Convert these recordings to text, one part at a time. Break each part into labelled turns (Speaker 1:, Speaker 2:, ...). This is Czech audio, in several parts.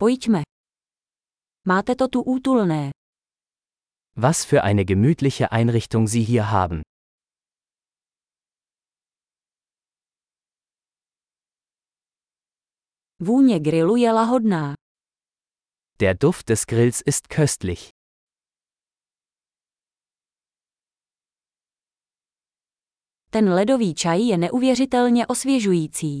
Speaker 1: Pojďme. Máte to tu útulné.
Speaker 2: Was für eine gemütliche Einrichtung Sie hier haben.
Speaker 1: Vůně grilu je lahodná.
Speaker 2: Der Duft des Grills ist köstlich.
Speaker 1: Ten ledový čaj je neuvěřitelně osvěžující.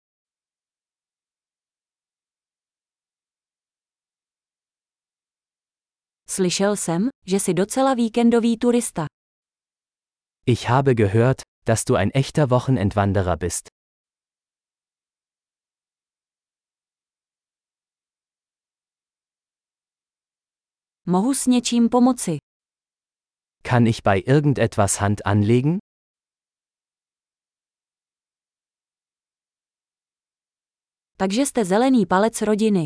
Speaker 1: Slyšel jsem, že jsi docela víkendový turista.
Speaker 2: Ich habe gehört, dass du ein echter Wochenendwanderer bist.
Speaker 1: Mohu s něčím pomoci.
Speaker 2: Kann ich bei irgendetwas Hand anlegen?
Speaker 1: Takže jste zelený palec rodiny.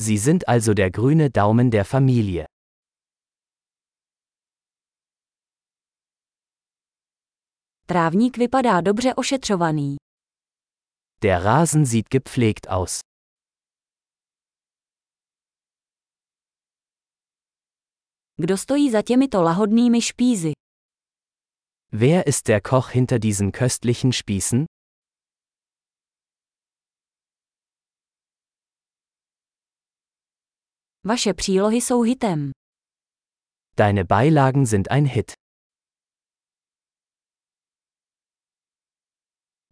Speaker 2: Sie sind also der grüne Daumen der Familie.
Speaker 1: Trávník vypadá dobře ošetřovaný.
Speaker 2: Der Rasen sieht gepflegt aus.
Speaker 1: Kdo stojí za těmito lahodnými špízy?
Speaker 2: Wer ist der Koch hinter diesen köstlichen Spießen?
Speaker 1: Vaše přílohy jsou hitem.
Speaker 2: Deine Beilagen sind ein Hit.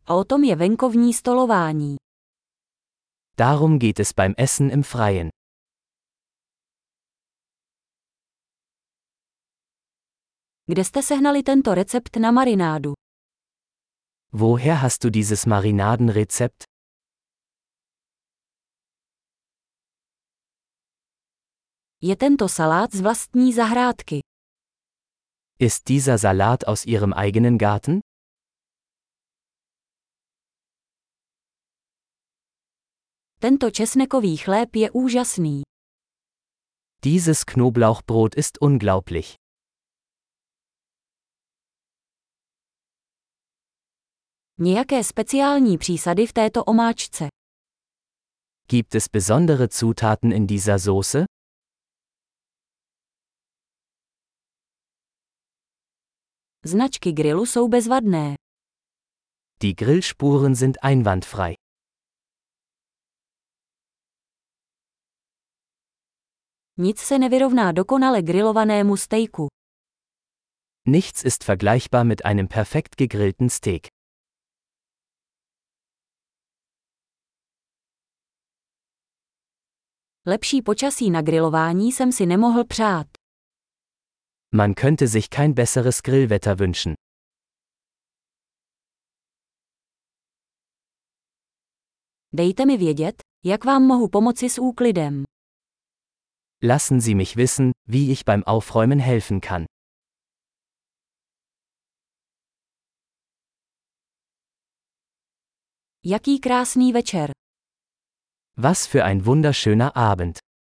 Speaker 1: A o tom je venkovní stolování.
Speaker 2: Darum geht es beim Essen im Freien.
Speaker 1: Kde jste sehnali tento recept na marinádu?
Speaker 2: Woher hast du dieses Marinadenrezept?
Speaker 1: Je tento salát z vlastní zahrádky.
Speaker 2: Ist dieser Salat aus Ihrem eigenen Garten?
Speaker 1: Tento česnekový chléb je úžasný.
Speaker 2: Dieses Knoblauchbrot ist unglaublich.
Speaker 1: Nějaké speciální přísady v této omáčce.
Speaker 2: Gibt es besondere Zutaten in dieser Soße?
Speaker 1: Značky grilu jsou bezvadné.
Speaker 2: Die Grillspuren sind einwandfrei.
Speaker 1: Nic se nevyrovná dokonale grilovanému stejku.
Speaker 2: Nichts ist vergleichbar mit einem perfekt gegrillten Steak.
Speaker 1: Lepší počasí na grilování jsem si nemohl přát.
Speaker 2: Man könnte sich kein besseres Grillwetter wünschen.
Speaker 1: Dejte mi vědět, jak vám mohu pomoci s úklidem.
Speaker 2: Lassen Sie mich wissen, wie ich beim Aufräumen helfen kann.
Speaker 1: Jaký krásný večer.
Speaker 2: Was für ein wunderschöner Abend.